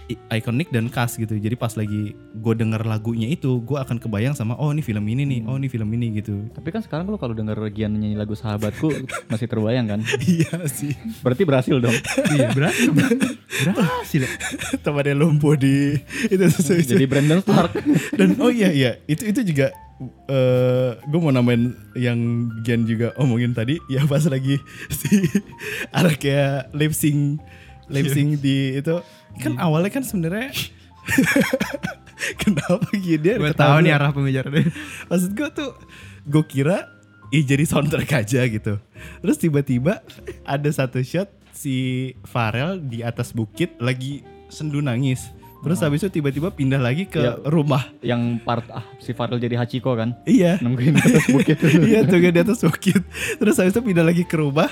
Speaker 1: i- ikonik dan khas gitu jadi pas lagi gue denger lagunya itu gue akan kebayang sama oh ini film ini nih oh ini film ini gitu
Speaker 2: tapi kan sekarang lu kalau denger Gian nyanyi lagu sahabatku masih terbayang kan
Speaker 1: iya sih
Speaker 2: berarti berhasil dong
Speaker 4: Iya, berhasil. berhasil. ya.
Speaker 1: temannya lumpuh di itu, itu, itu.
Speaker 2: jadi Brandon Stark
Speaker 1: dan oh iya iya itu itu juga eh gue mau namain yang Gian juga omongin tadi ya pas lagi si ada kayak lip sync
Speaker 4: Iya.
Speaker 1: lip sync di itu kan
Speaker 4: Hmm.
Speaker 1: awalnya kan sebenarnya kenapa gitu dia
Speaker 4: Gue
Speaker 1: ketawa
Speaker 4: tahu nih
Speaker 1: dulu.
Speaker 4: arah pembicaraan.
Speaker 1: Maksud gue tuh gue kira ih jadi soundtrack aja gitu. Terus tiba-tiba ada satu shot si Farel di atas bukit lagi sendu nangis. Terus
Speaker 4: Ah.
Speaker 1: habis itu tiba-tiba pindah lagi ke
Speaker 2: Ya.
Speaker 1: rumah.
Speaker 2: yang part ah si Farel jadi Hachiko kan
Speaker 1: Iya.
Speaker 2: nungguin di atas bukit
Speaker 1: iya tuh kan, di atas bukit. Terus habis itu pindah lagi ke rumah.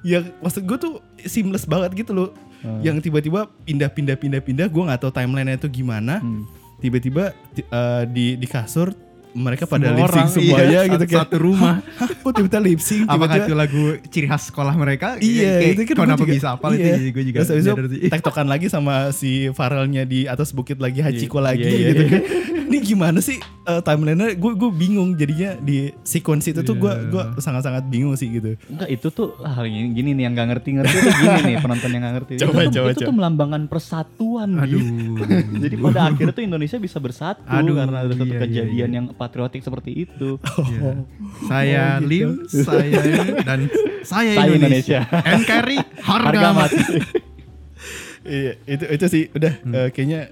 Speaker 1: Ya maksud gue tuh seamless banget gitu loh.
Speaker 4: Hmm.
Speaker 1: Yang tiba-tiba pindah-pindah-pindah-pindah gue nggak tahu timelinenya itu gimana.
Speaker 2: Hmm.
Speaker 1: Tiba-tiba ti- eh, di di kasur mereka pada
Speaker 4: Semua
Speaker 1: lip sync
Speaker 4: orang,
Speaker 1: semuanya
Speaker 4: iya,
Speaker 1: gitu
Speaker 4: satu- satu rumah.
Speaker 1: Hah, kok tiba-tiba lip sync
Speaker 4: Apakah itu
Speaker 1: tiba-tiba
Speaker 4: lagu ciri khas sekolah mereka?
Speaker 1: Iya,
Speaker 4: itu
Speaker 1: itu kan
Speaker 4: kenapa
Speaker 1: gue juga-
Speaker 4: bisa apa
Speaker 1: iya.
Speaker 4: itu? Gue juga
Speaker 1: Terus habis itu
Speaker 4: nyadar sih.
Speaker 1: tektokan lagi sama si Farelnya di atas bukit lagi Hachiko
Speaker 2: Iya,
Speaker 1: lagi
Speaker 2: iya,
Speaker 1: gitu
Speaker 2: iya.
Speaker 1: kan. Ini gimana sih eh, timelinenya? Gue gue bingung jadinya di sequence itu tuh gue
Speaker 4: Iya.
Speaker 1: gue sangat-sangat bingung sih gitu.
Speaker 2: Enggak itu tuh hal yang gini nih yang gak ngerti-ngerti tuh gini nih penonton yang gak ngerti.
Speaker 1: Coba,
Speaker 2: itu, tuh-
Speaker 1: coba,
Speaker 2: itu
Speaker 1: coba.
Speaker 2: tuh melambangkan persatuan Bi.
Speaker 4: Aduh.
Speaker 2: Jadi pada akhirnya tuh Indonesia bisa bersatu
Speaker 4: Aduh,
Speaker 2: karena ada satu
Speaker 4: iya, iya,
Speaker 2: kejadian
Speaker 4: iya.
Speaker 2: yang patriotik seperti itu.
Speaker 1: Iya.
Speaker 4: Saya
Speaker 1: Oh, gitu.
Speaker 4: Lim, saya dan saya
Speaker 2: Saya
Speaker 4: Indonesia.
Speaker 2: Indonesia.
Speaker 4: NKRI harga,
Speaker 2: Harga
Speaker 4: mati.
Speaker 2: mati.
Speaker 1: Iya, itu itu sih udah eh, kayaknya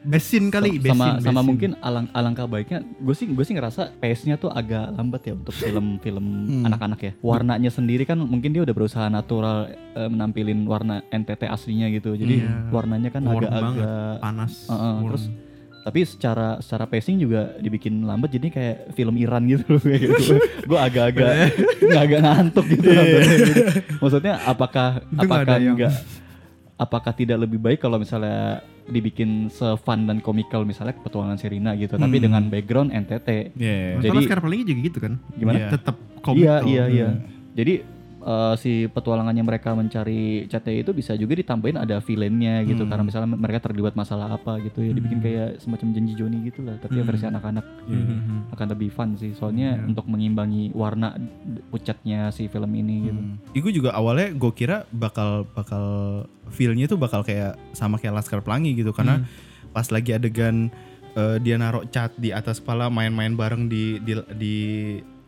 Speaker 4: Besin kali, besin.
Speaker 2: sama
Speaker 4: besin.
Speaker 2: sama mungkin alang alangkah baiknya gue sih gue sih ngerasa pace-nya tuh agak lambat ya untuk film-film
Speaker 4: Hmm.
Speaker 2: anak-anak ya. Warnanya sendiri kan mungkin dia udah berusaha natural eh, menampilin warna NTT aslinya gitu. Jadi
Speaker 4: Iya.
Speaker 2: warnanya kan
Speaker 4: Warm banget,
Speaker 2: agak-agak
Speaker 4: panas.
Speaker 2: Heeh,
Speaker 4: warm.
Speaker 2: terus tapi secara secara pacing juga dibikin lambat jadi kayak film Iran gitu loh kayak gitu. gue agak-agak nggak agak ngantuk gitu. nontonnya gitu. Maksudnya apakah
Speaker 4: Iya, Itu nggak
Speaker 2: apakah
Speaker 4: ada yang-
Speaker 2: enggak apakah tidak lebih baik kalau misalnya dibikin se-fun dan komikal misalnya petualangan Serina gitu tapi
Speaker 4: Hmm.
Speaker 2: dengan background NTT.
Speaker 1: Iya.
Speaker 4: Masalah
Speaker 2: Jadi-
Speaker 4: sekarang paling juga gitu kan.
Speaker 2: Gimana?
Speaker 1: Iya.
Speaker 4: Tetap
Speaker 2: Iya
Speaker 4: komik.
Speaker 2: iya iya. Jadi eh, si petualangannya mereka mencari CTI itu bisa juga ditambahin ada villainnya gitu karena misalnya mereka terlibat masalah apa gitu ya dibikin kayak semacam janji Joni gitu lah tapi ya versi anak-anak Hmm. akan lebih fun sih soalnya untuk mengimbangi warna d- pucatnya si film ini gitu.
Speaker 1: Iku juga awalnya gue kira bakal bakal feel-nya tuh bakal kayak sama kayak Laskar Pelangi gitu karena pas lagi adegan eh, dia naruh cat di atas kepala main-main bareng di di di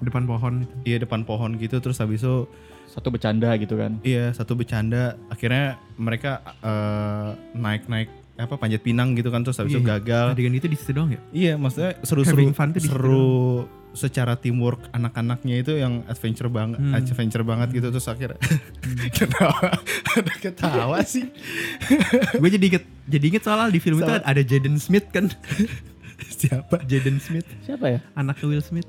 Speaker 4: depan pohon itu.
Speaker 1: Iya depan pohon gitu terus habis itu
Speaker 2: Satu bercanda gitu kan.
Speaker 1: iya satu bercanda akhirnya mereka eh, naik-naik apa panjat pinang gitu kan terus habis itu
Speaker 4: Iya, iya.
Speaker 1: gagal.
Speaker 4: Adegan itu di situ doang ya?
Speaker 1: Iya, maksudnya seru-seru
Speaker 4: Having fun tuh di situ
Speaker 1: seru secara teamwork anak-anaknya itu yang adventure banget,
Speaker 4: Hmm.
Speaker 1: adventure banget gitu terus akhirnya ketawa, ada ketawa sih.
Speaker 4: gue jadi inget, jadi inget soalnya di film itu
Speaker 1: Sama.
Speaker 4: ada Jaden Smith kan.
Speaker 1: Siapa?
Speaker 4: Jaden Smith,
Speaker 2: Siapa ya?
Speaker 4: anak Will Smith.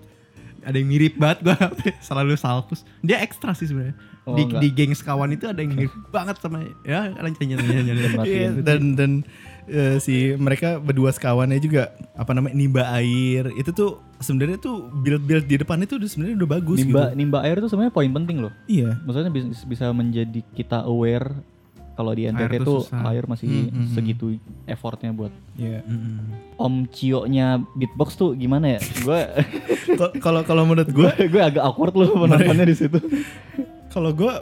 Speaker 4: Ada yang mirip banget gue selalu salkus. Dia ekstra sih sebenarnya.
Speaker 2: Oh,
Speaker 4: di,
Speaker 2: enggak.
Speaker 4: di geng sekawan itu ada yang mirip banget sama ya lanjutnya
Speaker 2: Mati
Speaker 1: Iya,
Speaker 2: kan.
Speaker 1: dan dan eh, si mereka berdua sekawannya juga apa namanya nimba air itu tuh sebenarnya tuh build-build di depan itu udah sebenarnya udah bagus
Speaker 2: nimba
Speaker 1: gitu.
Speaker 2: nimba air itu sebenarnya poin penting loh.
Speaker 1: Iya.
Speaker 2: Maksudnya bis- bisa, menjadi kita aware kalau di NTT
Speaker 4: Air tuh
Speaker 2: tuh
Speaker 4: susah.
Speaker 2: air masih
Speaker 1: Hmm, hmm, hmm.
Speaker 2: segitu effortnya buat
Speaker 1: Iya.
Speaker 2: Om Cio-nya beatbox tuh gimana ya? Gue
Speaker 1: Ko- Kalau kalau menurut
Speaker 2: gue
Speaker 1: gue,
Speaker 2: gue agak awkward loh penontonnya di situ.
Speaker 1: kalau gue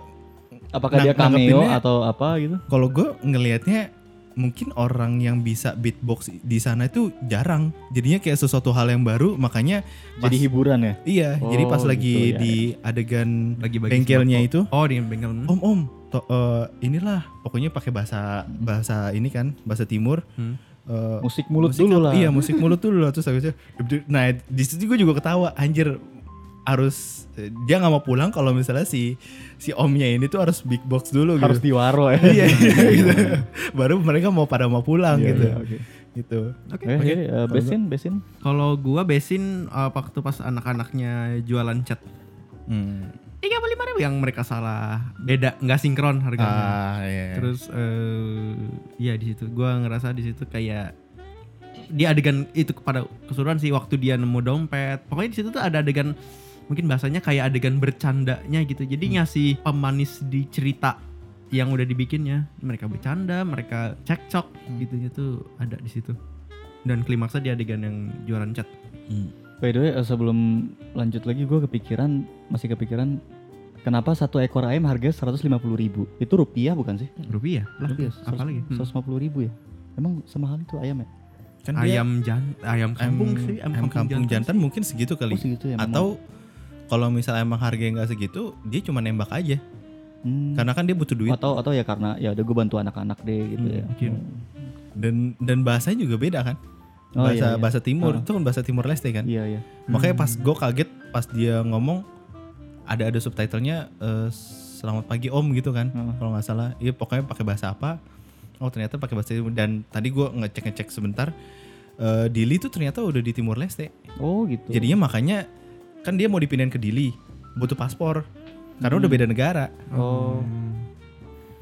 Speaker 2: Apakah dia
Speaker 1: Nang-
Speaker 2: cameo
Speaker 1: nanggepinnya-
Speaker 2: atau apa gitu?
Speaker 1: kalau gue ngelihatnya mungkin orang yang bisa beatbox di sana itu jarang jadinya kayak sesuatu hal yang baru makanya
Speaker 2: Jadi
Speaker 1: pas-
Speaker 2: hiburan ya.
Speaker 1: iya jadi pas
Speaker 2: Oh,
Speaker 1: lagi
Speaker 2: gitu, ya,
Speaker 1: di adegan
Speaker 4: Bagi-bagi
Speaker 1: bengkelnya
Speaker 4: sembako.
Speaker 1: itu
Speaker 4: Oh, di bengkel.
Speaker 1: om om to- eh, inilah pokoknya pakai bahasa bahasa ini kan bahasa timur
Speaker 4: Hmm.
Speaker 1: Eh,
Speaker 2: Musik mulut
Speaker 1: musik
Speaker 2: dulu
Speaker 1: apa?
Speaker 2: lah.
Speaker 1: iya musik mulut dulu lah terus habis itu nah di situ gue juga ketawa anjir harus eh, dia nggak mau pulang kalau misalnya si si omnya ini tuh harus beatbox dulu gitu
Speaker 2: Harus diwaro ya.
Speaker 1: iya gitu. baru mereka mau pada mau pulang
Speaker 2: Iya,
Speaker 1: gitu gitu
Speaker 4: Oke.
Speaker 2: Oke, oke, eh, besin, besin.
Speaker 4: Kalau gua besin uh, waktu pas anak-anaknya jualan cat. Tiga puluh lima ribu yang mereka salah beda nggak sinkron harganya.
Speaker 1: ah iya
Speaker 4: Terus eh ya di situ gua ngerasa di situ kayak di adegan itu kepada keseluruhan sih waktu dia nemu dompet. Pokoknya di situ tuh ada adegan mungkin bahasanya kayak adegan bercandanya gitu. Jadi ngasih pemanis di cerita yang udah dibikinnya. Mereka bercanda, mereka cekcok gitu gitu ada di situ. Dan klimaksnya di adegan yang jualan cat.
Speaker 2: By the way, eh, sebelum lanjut lagi gue kepikiran, masih kepikiran kenapa satu ekor ayam harganya 150.000 ribu. Itu rupiah bukan sih?
Speaker 4: Rupiah lah.
Speaker 2: Rupiah,
Speaker 1: iya,
Speaker 4: apa lagi? Hmm.
Speaker 2: 150 ribu ya? Emang semahal itu ayam ya?
Speaker 1: kan dia-
Speaker 4: Ayam jan ayam kampung sih,
Speaker 1: ayam kampung, jantan, mungkin segitu kali
Speaker 2: Oh segitu ya? memang.
Speaker 1: atau kalau misalnya emang harganya nggak segitu dia cuma nembak aja
Speaker 2: Hmm.
Speaker 1: karena kan dia butuh duit
Speaker 2: atau atau ya karena ya udah gue bantu anak-anak deh gitu
Speaker 1: Hmm,
Speaker 2: ya.
Speaker 4: mungkin.
Speaker 1: dan dan bahasanya juga beda kan
Speaker 2: Oh,
Speaker 1: bahasa
Speaker 2: iya, iya.
Speaker 1: bahasa timur
Speaker 2: Ah.
Speaker 1: itu kan bahasa timur leste kan
Speaker 2: Iya iya.
Speaker 1: makanya pas gue kaget pas dia ngomong ada ada subtitlenya eh, selamat pagi om gitu kan
Speaker 2: Hmm.
Speaker 1: kalau nggak salah iya pokoknya pakai bahasa apa oh ternyata pakai bahasa Timur. dan tadi gue ngecek ngecek sebentar eh, Dili tuh ternyata udah di Timur Leste
Speaker 2: Oh gitu.
Speaker 1: jadinya makanya kan dia mau dipindahin ke Dili butuh paspor karena
Speaker 2: Hmm.
Speaker 1: udah beda negara
Speaker 2: oh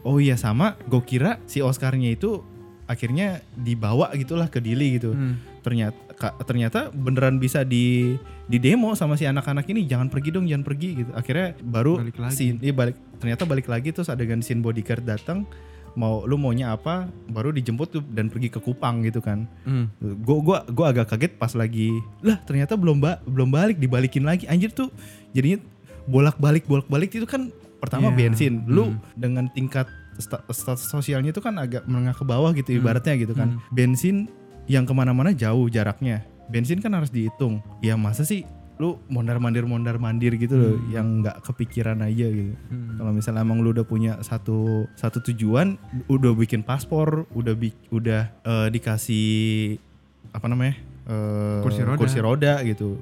Speaker 1: oh iya sama gue kira si Oscarnya itu akhirnya dibawa gitulah ke Dili gitu
Speaker 2: Hmm.
Speaker 1: ternyata ka- ternyata beneran bisa di di demo sama si anak-anak ini jangan pergi dong jangan pergi gitu akhirnya baru
Speaker 4: Balik lagi.
Speaker 1: scene- iya, balik ternyata balik lagi terus adegan sin bodyguard datang mau lu maunya apa baru dijemput tuh dan pergi ke Kupang gitu kan gue gua gua agak kaget pas lagi lah ternyata belum ba- belum balik dibalikin lagi anjir tuh jadinya bolak-balik bolak-balik itu kan pertama
Speaker 4: Iya.
Speaker 1: bensin lu
Speaker 4: Hmm.
Speaker 1: dengan tingkat sta- status sosialnya itu kan agak menengah ke bawah gitu
Speaker 4: Hmm.
Speaker 1: ibaratnya gitu kan bensin yang kemana-mana jauh jaraknya bensin kan harus dihitung ya masa sih lu mondar mandir mondar mandir gitu loh
Speaker 4: Hmm.
Speaker 1: yang nggak kepikiran aja gitu kalau misalnya emang lu udah punya satu satu tujuan, udah bikin paspor, udah bi- udah eh, dikasih apa namanya eh,
Speaker 4: Kursi roda.
Speaker 1: roda gitu,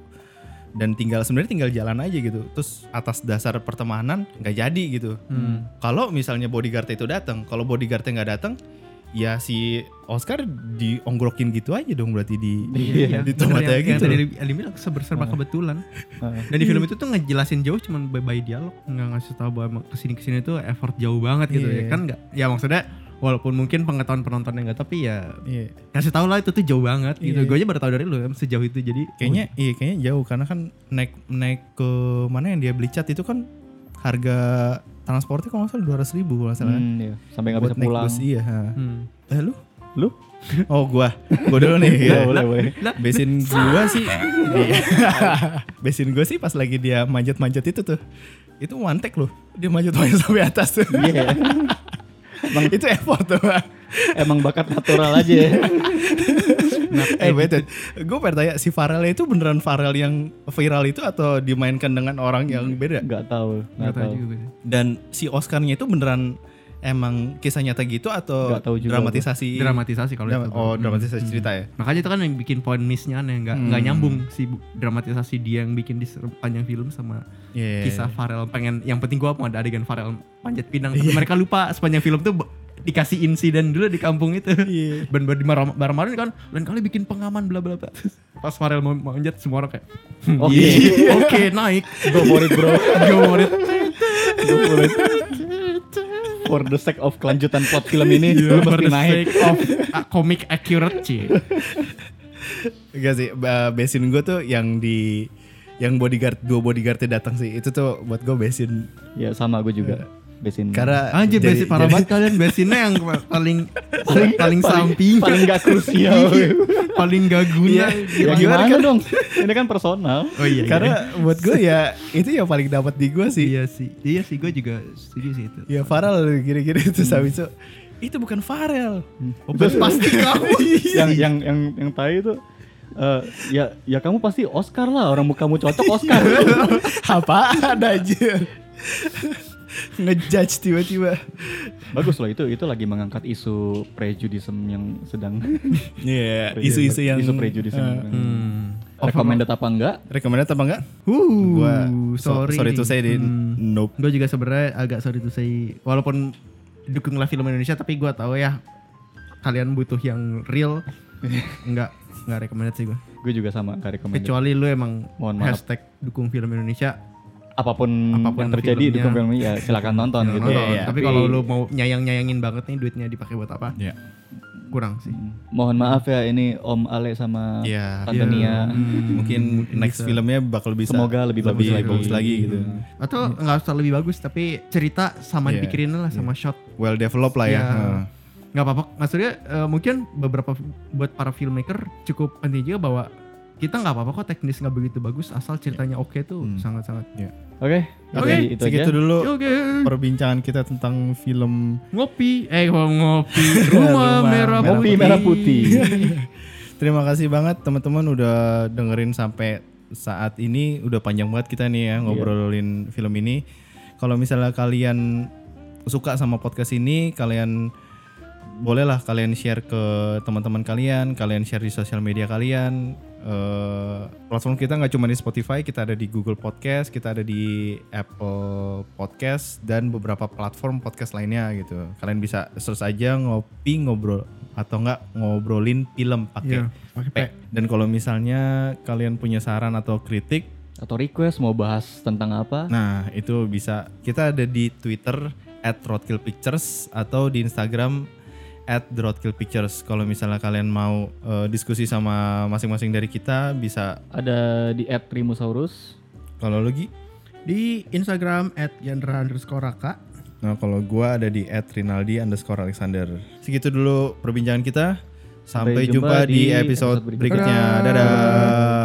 Speaker 1: dan tinggal sebenarnya tinggal jalan aja gitu. Terus atas dasar pertemanan nggak jadi gitu.
Speaker 4: Hmm.
Speaker 1: Kalau misalnya bodyguard itu datang, kalau bodyguardnya nggak datang, ya si Oscar diongglokin gitu aja dong berarti di
Speaker 4: Iya,
Speaker 1: di tempatnya
Speaker 4: yang, yang
Speaker 1: gitu. Ah. Iya.
Speaker 4: tadi Ali bilang serba kebetulan.
Speaker 2: Heeh.
Speaker 4: Dan di film itu tuh ngejelasin jauh cuman by, by dialog, nggak ngasih tahu bahwa kesini kesini tuh effort jauh banget gitu
Speaker 1: Iya.
Speaker 4: ya kan nggak? Ya maksudnya walaupun mungkin pengetahuan penontonnya nggak tapi ya
Speaker 1: Iya.
Speaker 4: kasih tau lah itu tuh jauh banget gitu.
Speaker 1: Iya.
Speaker 4: Gue aja baru tahu dari lu kan sejauh itu jadi
Speaker 1: Kayaknya
Speaker 2: Oh,
Speaker 1: iya kayaknya jauh karena kan naik naik ke mana yang dia beli cat itu kan harga transportnya kalau nggak salah dua ratus ribu kalau nggak salah. kan.
Speaker 2: Hmm, iya. Sampai nggak
Speaker 1: Buat
Speaker 2: bisa
Speaker 1: naik
Speaker 2: pulang.
Speaker 1: bus, iya. ha.
Speaker 4: Hmm.
Speaker 1: Eh lu?
Speaker 2: Lu?
Speaker 1: Oh gua, gua dulu nih.
Speaker 2: Iya, boleh boleh.
Speaker 1: Besin gua sih, Iya. besin gua sih pas lagi dia manjat-manjat itu tuh, itu mantek loh, dia manjat-manjat sampai atas tuh.
Speaker 2: Iya.
Speaker 1: itu effort tuh.
Speaker 2: Emang bakat natural aja ya.
Speaker 1: eh wait, gue pengen tanya si Farel itu beneran Farel yang viral itu atau dimainkan dengan orang yang beda?
Speaker 2: nggak tahu nggak tahu
Speaker 4: juga gue.
Speaker 1: Dan si Oscarnya itu beneran emang kisah nyata gitu atau
Speaker 2: Nggak tahu juga
Speaker 1: dramatisasi?
Speaker 4: Dramatisasi kalau
Speaker 1: Drama-
Speaker 4: itu.
Speaker 1: oh
Speaker 4: Hmm.
Speaker 1: dramatisasi cerita ya.
Speaker 4: Makanya itu kan yang bikin poin miss-nya aneh nggak nggak
Speaker 1: Hmm.
Speaker 4: nyambung si bu- dramatisasi dia yang bikin di ser- panjang film sama
Speaker 1: Iya.
Speaker 4: kisah Farel pengen yang penting gua mau ada adegan Farel panjat pinang tapi mereka lupa sepanjang film tuh b- dikasih insiden dulu di kampung itu.
Speaker 1: Iya.
Speaker 4: Ben ben marah-marah kan lain kali bikin pengaman bla bla bla. Terus Pas Farel mau manjat semua orang kayak "Hmm,
Speaker 2: Oke.
Speaker 4: iya, Oke, naik. Go for it, bro. Go for it.
Speaker 2: for the sake of kelanjutan plot film ini lu
Speaker 4: Iya, For
Speaker 2: mesti
Speaker 4: the
Speaker 2: Iya, naik
Speaker 4: sake of uh, comic accuracy.
Speaker 1: Enggak sih, ba- besin gue tuh yang di yang bodyguard dua bodyguardnya datang sih itu tuh buat gue besin
Speaker 2: ya sama gue juga besin
Speaker 1: karena
Speaker 4: Hmm. Anjir
Speaker 1: jadi-
Speaker 4: besi parah
Speaker 1: jadi-
Speaker 4: banget kalian besinnya yang paling paling, paling samping Iya.
Speaker 2: paling gak krusial
Speaker 4: paling gak
Speaker 2: ya
Speaker 4: guna.
Speaker 1: Gimana
Speaker 2: gimana
Speaker 1: kan?
Speaker 2: dong ini kan personal
Speaker 4: Oh iya.
Speaker 1: karena buat gue ya itu yang paling dapat di gue sih
Speaker 4: iya sih. Iya sih gue juga setuju sih itu.
Speaker 1: ya Farel gini-gini terus habis itu itu bukan Farel Oh,
Speaker 4: Obat pasti kamu.
Speaker 1: iya.
Speaker 2: yang yang yang yang tai itu eh, ya ya kamu pasti Oscar lah orang kamu cocok Oscar
Speaker 1: apa ada aja ngejudge tiba-tiba
Speaker 2: bagus loh itu itu lagi mengangkat isu prejudism yang sedang
Speaker 1: Iya, isu-isu yang eh,
Speaker 2: isu prejudism hmm.
Speaker 4: Hmm.
Speaker 2: recommended apa enggak
Speaker 1: recommended apa enggak?
Speaker 4: Uh,
Speaker 1: Gua so-
Speaker 4: sorry.
Speaker 1: sorry to say di
Speaker 2: Hmm.
Speaker 1: nope.
Speaker 4: Gue juga sebenarnya agak sorry to say walaupun dukunglah film Indonesia tapi gue tahu ya kalian butuh yang real. Enggak enggak recommended sih gue.
Speaker 2: gue juga sama gak recommended
Speaker 4: Kecuali lu emang
Speaker 2: Mohon maaf.
Speaker 4: hashtag dukung film Indonesia
Speaker 2: apapun,
Speaker 4: Apapun
Speaker 2: yang terjadi di
Speaker 4: filmnya.
Speaker 2: film ini ya silakan nonton
Speaker 4: Jangan
Speaker 2: gitu
Speaker 4: nonton.
Speaker 1: Iya, iya.
Speaker 4: Tapi kalau lu mau nyayang-nyayangin banget nih duitnya dipakai buat apa?
Speaker 1: Iya.
Speaker 4: Kurang sih.
Speaker 2: mohon maaf ya ini Om Ale sama
Speaker 1: Iya.
Speaker 2: Tante Nia
Speaker 1: Mungkin next filmnya bakal bisa
Speaker 2: ya. Semoga lebih bagus lagi. Hmm.
Speaker 1: gitu.
Speaker 4: Atau nggak usah lebih bagus tapi cerita sama
Speaker 1: Iya.
Speaker 4: dipikirin lah sama shot.
Speaker 1: Well developed lah ya.
Speaker 4: Iya.
Speaker 1: Heeh.
Speaker 4: Nggak apa-apa. Maksudnya eh, mungkin beberapa buat para filmmaker cukup penting juga bahwa kita nggak apa-apa kok teknis nggak begitu bagus asal ceritanya oke tuh
Speaker 2: Hmm.
Speaker 4: sangat-sangat.
Speaker 2: oke itu
Speaker 4: Oke,
Speaker 2: aja- itu
Speaker 1: Segitu
Speaker 2: aja
Speaker 1: dulu
Speaker 4: Oke,
Speaker 1: perbincangan kita tentang film.
Speaker 4: ngopi, eh kalau ngopi, rumah,
Speaker 1: Rumah
Speaker 4: merah,
Speaker 1: merah
Speaker 2: Kopi merah putih
Speaker 1: Terima kasih banget teman-teman udah dengerin sampai saat ini udah panjang banget kita nih ya
Speaker 2: Iya.
Speaker 1: ngobrolin film ini. Kalau misalnya kalian suka sama podcast ini, kalian bolehlah kalian share ke teman-teman kalian, kalian share di sosial media kalian. Eh, platform kita nggak cuma di Spotify, kita ada di Google Podcast, kita ada di Apple Podcast dan beberapa platform podcast lainnya gitu. Kalian bisa search aja ngopi ngobrol atau enggak ngobrolin film pakai
Speaker 4: Iya, pakai
Speaker 1: P. Dan kalau misalnya kalian punya saran atau kritik,
Speaker 2: atau request mau bahas tentang apa
Speaker 1: nah itu bisa kita ada di Twitter at Pictures atau di Instagram at Pictures. Kalau misalnya kalian mau eh, diskusi sama masing-masing dari kita bisa
Speaker 2: ada di app Primusaurus
Speaker 1: kalau Lugi
Speaker 4: Di Instagram @gendra_raka.
Speaker 1: Nah kalau gua ada di at Rinaldi underscore Alexander Segitu dulu perbincangan kita Sampai, jumpa, di episode berikutnya. Dadah